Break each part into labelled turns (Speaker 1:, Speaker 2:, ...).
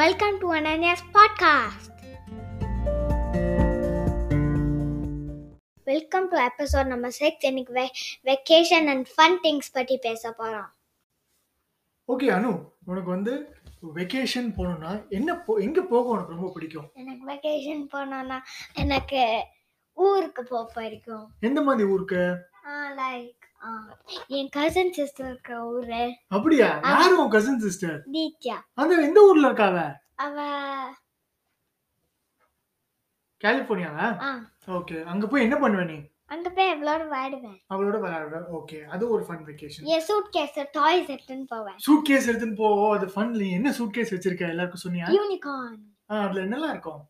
Speaker 1: Welcome to Ananya's podcast. Welcome to episode number six இன்னைக்கு வெ vacation and fun things பற்றி பேச போகிறோம்
Speaker 2: ஓகே அனு உனக்கு வந்து வெக்கேஷன் போகணும்னா என்ன போ எங்கே போக உனக்கு ரொம்ப பிடிக்கும்
Speaker 1: எனக்கு வெக்கேஷன் போனோன்னா எனக்கு ஊருக்கு போக பிடிக்கும்
Speaker 2: எந்த மாதிரி ஊருக்கு
Speaker 1: லைக் என் கசின் சிஸ்டர் இருக்க ஊரு
Speaker 2: அப்படியா
Speaker 1: ஆமா.
Speaker 2: யாரு உன் கசின் சிஸ்டர்
Speaker 1: தீத்யா
Speaker 2: அந்த எந்த ஊர்ல இருக்கா அவ
Speaker 1: அவ
Speaker 2: கலிஃபோர்னியாவா
Speaker 1: ஆ
Speaker 2: ஓகே அங்க போய் என்ன பண்ணுவ நீ
Speaker 1: அங்கே போய் எவ்வளோ வாடுவேன்
Speaker 2: அவளோட விளையாடுற ஓகே அது ஒரு ஃபன் வெக்கேஷன்
Speaker 1: என் சூட் கேஸ் டாய்ஸ் எடுத்துன்னு போவேன்
Speaker 2: சூட் கேஸ் எடுத்துன்னு போ அது ஃபன் நீ என்ன சூட் கேஸ் வச்சிருக்க எல்லாருக்கும் சொன்னியா
Speaker 1: யூனிகார்ன்
Speaker 2: ஆ, அதுல என்னெல்லாம் இருக்கும்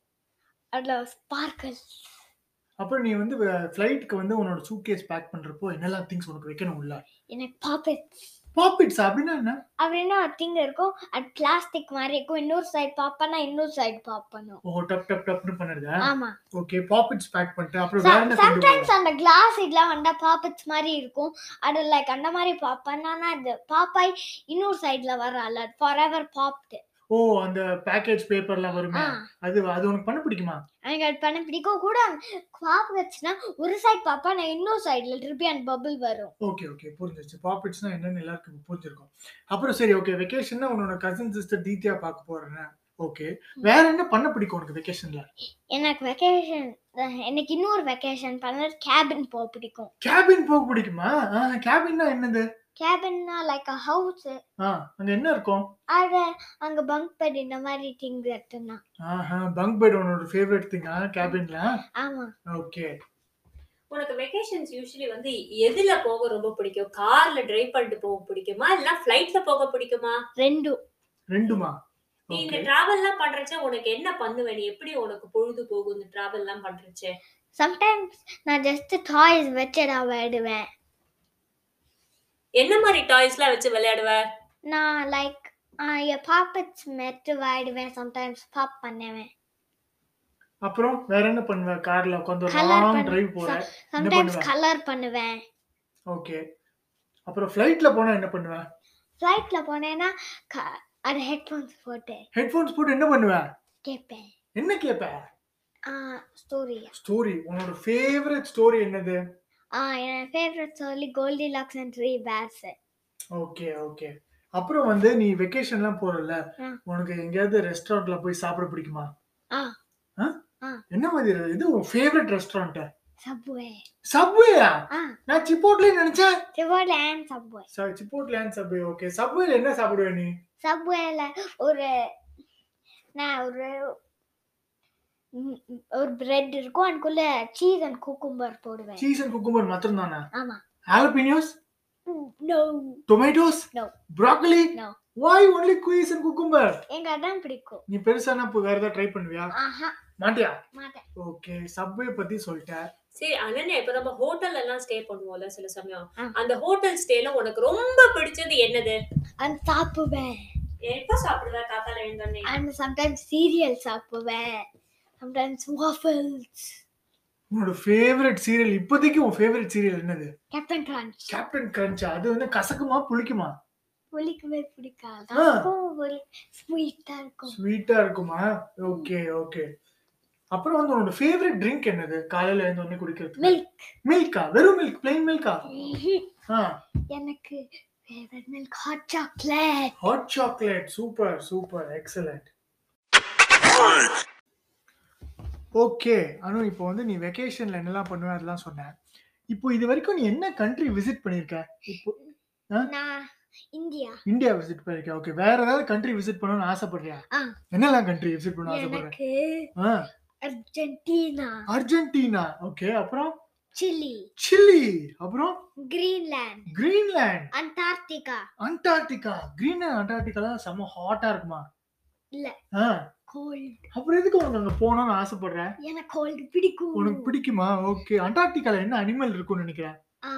Speaker 1: அதில் ஸ்பார்க்கல்
Speaker 2: அப்புறம் நீ வந்து ஃப்ளைட்டுக்கு வந்து உன்னோட சூட் கேஸ் பேக் பண்றப்போ என்னெல்லாம் திங்ஸ் உனக்கு வைக்கணும் உள்ள
Speaker 1: எனக்கு பாப்பெட்ஸ்
Speaker 2: பாப்பிட்ஸ் அப்படின்னா என்ன
Speaker 1: அப்படின்னா திங்க இருக்கும் அது பிளாஸ்டிக் மாதிரி இருக்கும் இன்னொரு சைடு பாப்பனா இன்னொரு சைடு பாப்பணும்
Speaker 2: ஓ டப் டப் டப்னு பண்ணுறதா
Speaker 1: ஆமா
Speaker 2: ஓகே பாப்பிட்ஸ் பேக் பண்ணிட்டு அப்புறம் வேற என்ன கொண்டு போவ?
Speaker 1: சம்டைம்ஸ் அந்த கிளாஸ் இதெல்லாம் வந்தா பாப்பட்ஸ் மாதிரி இருக்கும் அது லைக் அந்த மாதிரி பாப்பனா இது பாப்பாய் இன்னொரு சைடுல வர அல்ல ஃபார் எவர் பாப்டு
Speaker 2: ஓ அந்த பேக்கேஜ் பேப்பர்லாம் வருமே
Speaker 1: ஆ
Speaker 2: அது அது உனக்கு பண்ண பிடிக்குமா
Speaker 1: எனக்கு அது பண்ண பிடிக்கும் கூட பாப்பட்ஸ்னா ஒரு சைடு பாப்பா நான் இன்னொரு சைடுல திருப்பி அந்த பபிள் வரும்
Speaker 2: ஓகே ஓகே புரிஞ்சிருச்சு பாப்பிட்ஸ்னா என்னன்னு எல்லாருக்கும் புரிஞ்சிருக்கும் அப்புறம் சரி ஓகே வெக்கேஷன்னா உன்னோட கசின் சிஸ்டர் தீத்யா பார்க்க போறேன் ஓகே வேற என்ன பண்ண பிடிக்கும் உனக்கு வெக்கேஷன்ல
Speaker 1: எனக்கு வெக்கேஷன் எனக்கு இன்னொரு வெக்கேஷன் பண்ண கேபின் போக பிடிக்கும்
Speaker 2: கேபின் போக பிடிக்குமா கேபின்னா என்னது
Speaker 1: கேபின்னா லைக் அ ஹவுஸ்
Speaker 2: ஆ அங்க என்ன இருக்கும்
Speaker 1: அது அங்க பங்க் பெட் இந்த மாதிரி திங்ஸ் எடுத்துனா
Speaker 2: ஆஹா பங்க் பெட் உன்னோட ஃபேவரட் திங்கா கேபின்ல
Speaker 1: ஆமா
Speaker 2: ஓகே
Speaker 3: உனக்கு வெக்கேஷன்ஸ் யூஸ்வலி வந்து எதுல போக ரொம்ப பிடிக்கும் கார்ல டிரைவ் பண்ணிட்டு போக பிடிக்குமா இல்ல ஃபிளைட்ல போக பிடிக்குமா
Speaker 1: ரெண்டும்
Speaker 2: ரெண்டுமா
Speaker 3: நீ இந்த
Speaker 2: ஓகே
Speaker 3: டிராவல் எல்லாம் பண்றச்ச உனக்கு என்ன பண்ணுவ நீ எப்படி உனக்கு பொழுது போகும் இந்த டிராவல் எல்லாம் பண்றச்ச
Speaker 1: சம்டைம்ஸ் நான் ஜஸ்ட் டாய்ஸ் வச்சு நான் விளையாடுவேன்
Speaker 3: என்ன மாதிரி டாய்ஸ் எல்லாம் வச்சு விளையாடுவ
Speaker 1: நான் லைக் என் பாப்பட்ஸ் மெட்டு விளையாடுவேன் சம்டைம்ஸ் பாப் பண்ணுவேன்
Speaker 2: அப்புறம் வேற என்ன பண்ணுவ கார்ல உட்காந்து ஒரு
Speaker 1: Colour
Speaker 2: லாங்
Speaker 1: பண்ணு.
Speaker 2: டிரைவ் போற
Speaker 1: சம்டைம்ஸ்
Speaker 2: பண்ணுவ?
Speaker 1: கலர் பண்ணுவேன்
Speaker 2: ஓகே அப்புறம் ஃப்ளைட்ல போனா என்ன பண்ணுவ
Speaker 1: ஃப்ளைட்டில் போனேன்னா க- அது ஹெட்ஃபோன்ஸ் போட்டு
Speaker 2: ஹெட்ஃபோன்ஸ் போட்டு என்ன பண்ணுவ
Speaker 1: கேட்பேன்
Speaker 2: என்ன கேட்ப
Speaker 1: ஸ்டோரியா
Speaker 2: ஸ்டோரி உன்னோட ஃபேவரட் ஸ்டோரி என்னது
Speaker 1: என் ஃபேவரட் சொல்லி Goldilocks and three bears
Speaker 2: okay okay அப்புறம் வந்து நீ வெக்கேஷன்லாம் போறல
Speaker 1: ஆ.
Speaker 2: உனக்கு எங்கேயாவது ரெஸ்டாரண்ட்ல போய் சாப்பிட பிடிக்குமா
Speaker 1: ஆ.
Speaker 2: ஆ?
Speaker 1: ஆ.
Speaker 2: என்ன மாதிரி re- இது உன் ஃபேவரட் ரெஸ்டாரண்ட்
Speaker 1: சப்வே
Speaker 2: சப்வேயா
Speaker 1: ஆ
Speaker 2: நான் சிப்போட்ல நினைச்சேன்
Speaker 1: சிவோல் and Subway
Speaker 2: Chipotle Subway okay சப்வேல என்ன சாப்பிடுவே நீ
Speaker 1: சப்வேல ஒரு நான் ஒரு ம், ம், ஒரு பிரெட் இருக்கும் அதுக்குள்ள சீஸ் அண்ட் குக்கும்பர் போடுவேன்
Speaker 2: சீஸ் அண்ட் குக்கும்பர் மாத்திரம் தானா
Speaker 1: ஆமா
Speaker 2: jalapenos
Speaker 1: no
Speaker 2: tomatoes
Speaker 1: No.
Speaker 2: Broccoli
Speaker 1: No.
Speaker 2: வாய் ஒன்லி குயிஸ் அண்ட் குக்கும்பர்
Speaker 1: எனக்கு அதான் பிடிக்கும்
Speaker 2: நீ பெருசானா இப்போ வேற ஏதாவது ட்ரை பண்ணுவியா
Speaker 1: ஆஹா
Speaker 2: மாட்டியா
Speaker 1: மாட்டேன்
Speaker 2: ஓகே சப்வே பத்தி சொல்லிட்டேன்
Speaker 3: சரி அண்ணன் இப்ப நம்ம ஹோட்டல்ல எல்லாம் ஸ்டே பண்ணுவோம்ல சில சமயம்
Speaker 1: ஆ.
Speaker 3: அந்த ஹோட்டல் ஸ்டேல உனக்கு ரொம்ப பிடிச்சது என்னது
Speaker 1: அந்த சாப்பிடுவேன்
Speaker 3: எப்ப சாப்பிடுவ காத்தால எழுந்தோடனே
Speaker 1: அண்ட் சம்டைம்ஸ் சீரியல் சாப்பிடுவேன் சம்டைம்ஸ் வாஃபல்ஸ்
Speaker 2: உன்னோட ஃபேவரட் சீரியல் இப்போதைக்கு உன் ஃபேவரட் சீரியல் என்னது
Speaker 1: கேப்டன் கிரான்ச்
Speaker 2: கேப்டன் கிரன்ச்சா அது வந்து கசக்குமா புளிக்குமா
Speaker 1: புளிக்கவே பிடிக்காது
Speaker 2: ஆ.
Speaker 1: அதுக்கும் ஒரு ஸ்வீட்டாக இருக்கும்
Speaker 2: ஸ்வீட்டா இருக்குமா ஓகே ஓகே அப்புறம் வந்து உன்னோட ஃபேவரட் ட்ரிங்க் என்னது காலையில இருந்து உடனே குடிக்கிறது
Speaker 1: மில்க்
Speaker 2: மில்கா வெறும் மில்க் plain மில்கா ஆ
Speaker 1: எனக்கு favourite milk hot chocolate
Speaker 2: hot chocolate super super excellent okay Anu இப்போ வந்து நீ வெக்கேஷன்ல என்னெல்லாம் பண்ணுவ அதெல்லாம் சொன்னேன் இப்போ இது வரைக்கும் நீ என்ன கண்ட்ரி விசிட் பண்ணிருக்க இப்போ
Speaker 1: நான் இந்தியா
Speaker 2: இந்தியா விசிட் பண்ணிருக்க ஓகே வேற ஏதாவது கண்ட்ரி விசிட் பண்ணணும்னு ஆசைப்படுறியா
Speaker 1: ஆ.
Speaker 2: என்னெல்லாம் கண்ட்ரி விசிட் பண்ண ஆசைப்படுற
Speaker 1: எனக்கு
Speaker 2: ஆ,
Speaker 1: அர்ஜென்டினா
Speaker 2: அர்ஜென்டினா ஓகே அப்புறம்
Speaker 1: சிலி
Speaker 2: சில்லி அப்புறம்
Speaker 1: Greenland
Speaker 2: Greenland
Speaker 1: Antarctica
Speaker 2: Antarctica Greenland அண்டார்டிகாலாம் செம்ம ஹாட்டா இருக்குமா
Speaker 1: இல்ல.
Speaker 2: ஆ,
Speaker 1: கோல்டு
Speaker 2: அப்புறம் எதுக்கு உனக்கு அங்க போகணும்னு ஆசைப்படுற
Speaker 1: எனக்கு கோல்டு பிடிக்கும்
Speaker 2: உனக்கு பிடிக்குமா ஓகே அண்டார்டிகால என்ன அனிமல் இருக்கும்னு நினைக்கிறேன்
Speaker 1: ஆ,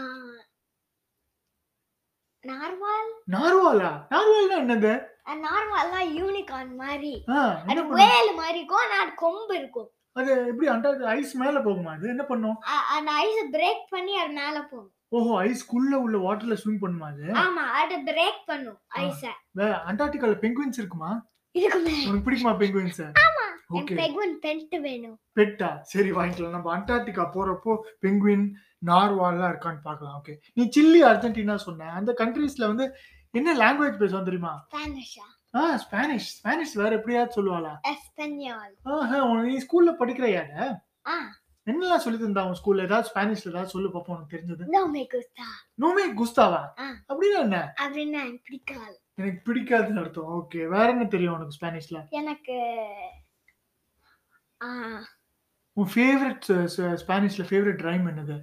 Speaker 1: நார்வால்
Speaker 2: நார்வாலா நார்வால்னா என்னது
Speaker 1: அஹ், நார்வால்னா யூனிகார்ன் மாதிரி
Speaker 2: ஆ, என்ன
Speaker 1: அது
Speaker 2: பண்ணும்?
Speaker 1: வேல் மாதிரி இருக்கும் ஆனா அது கொம்பு இருக்கும்
Speaker 2: அது எப்படி அண்டார்டி ஐஸ் மேல போகுமா அது என்ன பண்ணும்
Speaker 1: அ- அந்த ஐஸ பிரேக் பண்ணி அது மேல போகும்
Speaker 2: ஓஹோ ஐஸ்க்குள்ள உள்ள வாட்டர்ல ஸ்விம் பண்ணுமா அது
Speaker 1: ஆமா அது பிரேக் பண்ணும் ஐஸ
Speaker 2: வே- அண்டார்டிகால பெங்குவின்ஸ் இருக்குமா
Speaker 1: இருக்குமே
Speaker 2: உனக்கு பிடிக்குமா பெங்குயின்ஸ்
Speaker 1: ஆமா எனக்கு
Speaker 2: ஓகே
Speaker 1: பெக்வன் பென்ட் வேணும்
Speaker 2: பெட்டா சரி வாங்கிக்கலாம் நம்ம அண்டார்டிகா போறப்போ பெங்குயின் நார்வால்லாம் இருக்கான்னு பார்க்கலாம் ஓகே நீ சில்லி அர்ஜென்டினா சொன்ன அந்த கண்ட்ரீஸ்ல வந்து என்ன லாங்குவேஜ் பேசுவோம் தெரியுமா
Speaker 1: ஸ்பானிஷா
Speaker 2: ஆ ஸ்பானிஷ் ஸ்பானிஷ் வேற எப்படியாவது சொல்லுவாளா
Speaker 1: எஸ்பெனியால்
Speaker 2: ஆஹா, உன- நீ ஸ்கூல்ல படிக்கிற யாரு
Speaker 1: ஆ
Speaker 2: என்னெல்லாம் சொல்லி தந்தா உன் ஸ்கூல்ல ஏதாவது ஸ்பானிஷ்ல ஏதாவது சொல்லு பாப்போம் உனக்கு தெரிஞ்சது
Speaker 1: நோ மே குஸ்தா
Speaker 2: நோமே குஸ்தாவா
Speaker 1: ஆ.
Speaker 2: அப்படின்னா என்ன
Speaker 1: அப்படின்னா எனக்கு பிடிக்காது
Speaker 2: எனக்கு பிடிக்காதுன்னு அர்த்தம் ஓகே வேற என்ன தெரியும் உனக்கு ஸ்பானிஷ்ல
Speaker 1: எனக்கு ஆ
Speaker 2: உன் ஃபேவரட் ஸ்பானிஷ்ல ஃபேவரட் ரைம் என்னது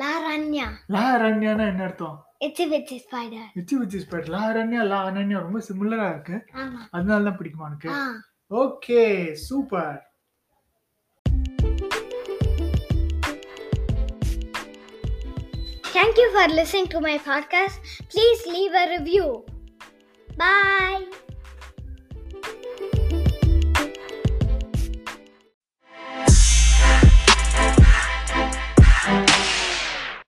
Speaker 1: லா ரன்யா
Speaker 2: லா அரண்யானா என்ன அர்த்தம்
Speaker 1: இட்ஸ் விச் ஸ்பைடர்
Speaker 2: விச்சு விச்சு ஸ்பெட் லா அரண்யா லா அனன்யா ரொம்ப சிமிலரா இருக்கு
Speaker 1: ஆமா
Speaker 2: அதனால தான் பிடிக்குமா உனக்கு
Speaker 1: ஆ
Speaker 2: okay super
Speaker 1: Thank you for listening to my podcast. Please leave a review. Bye.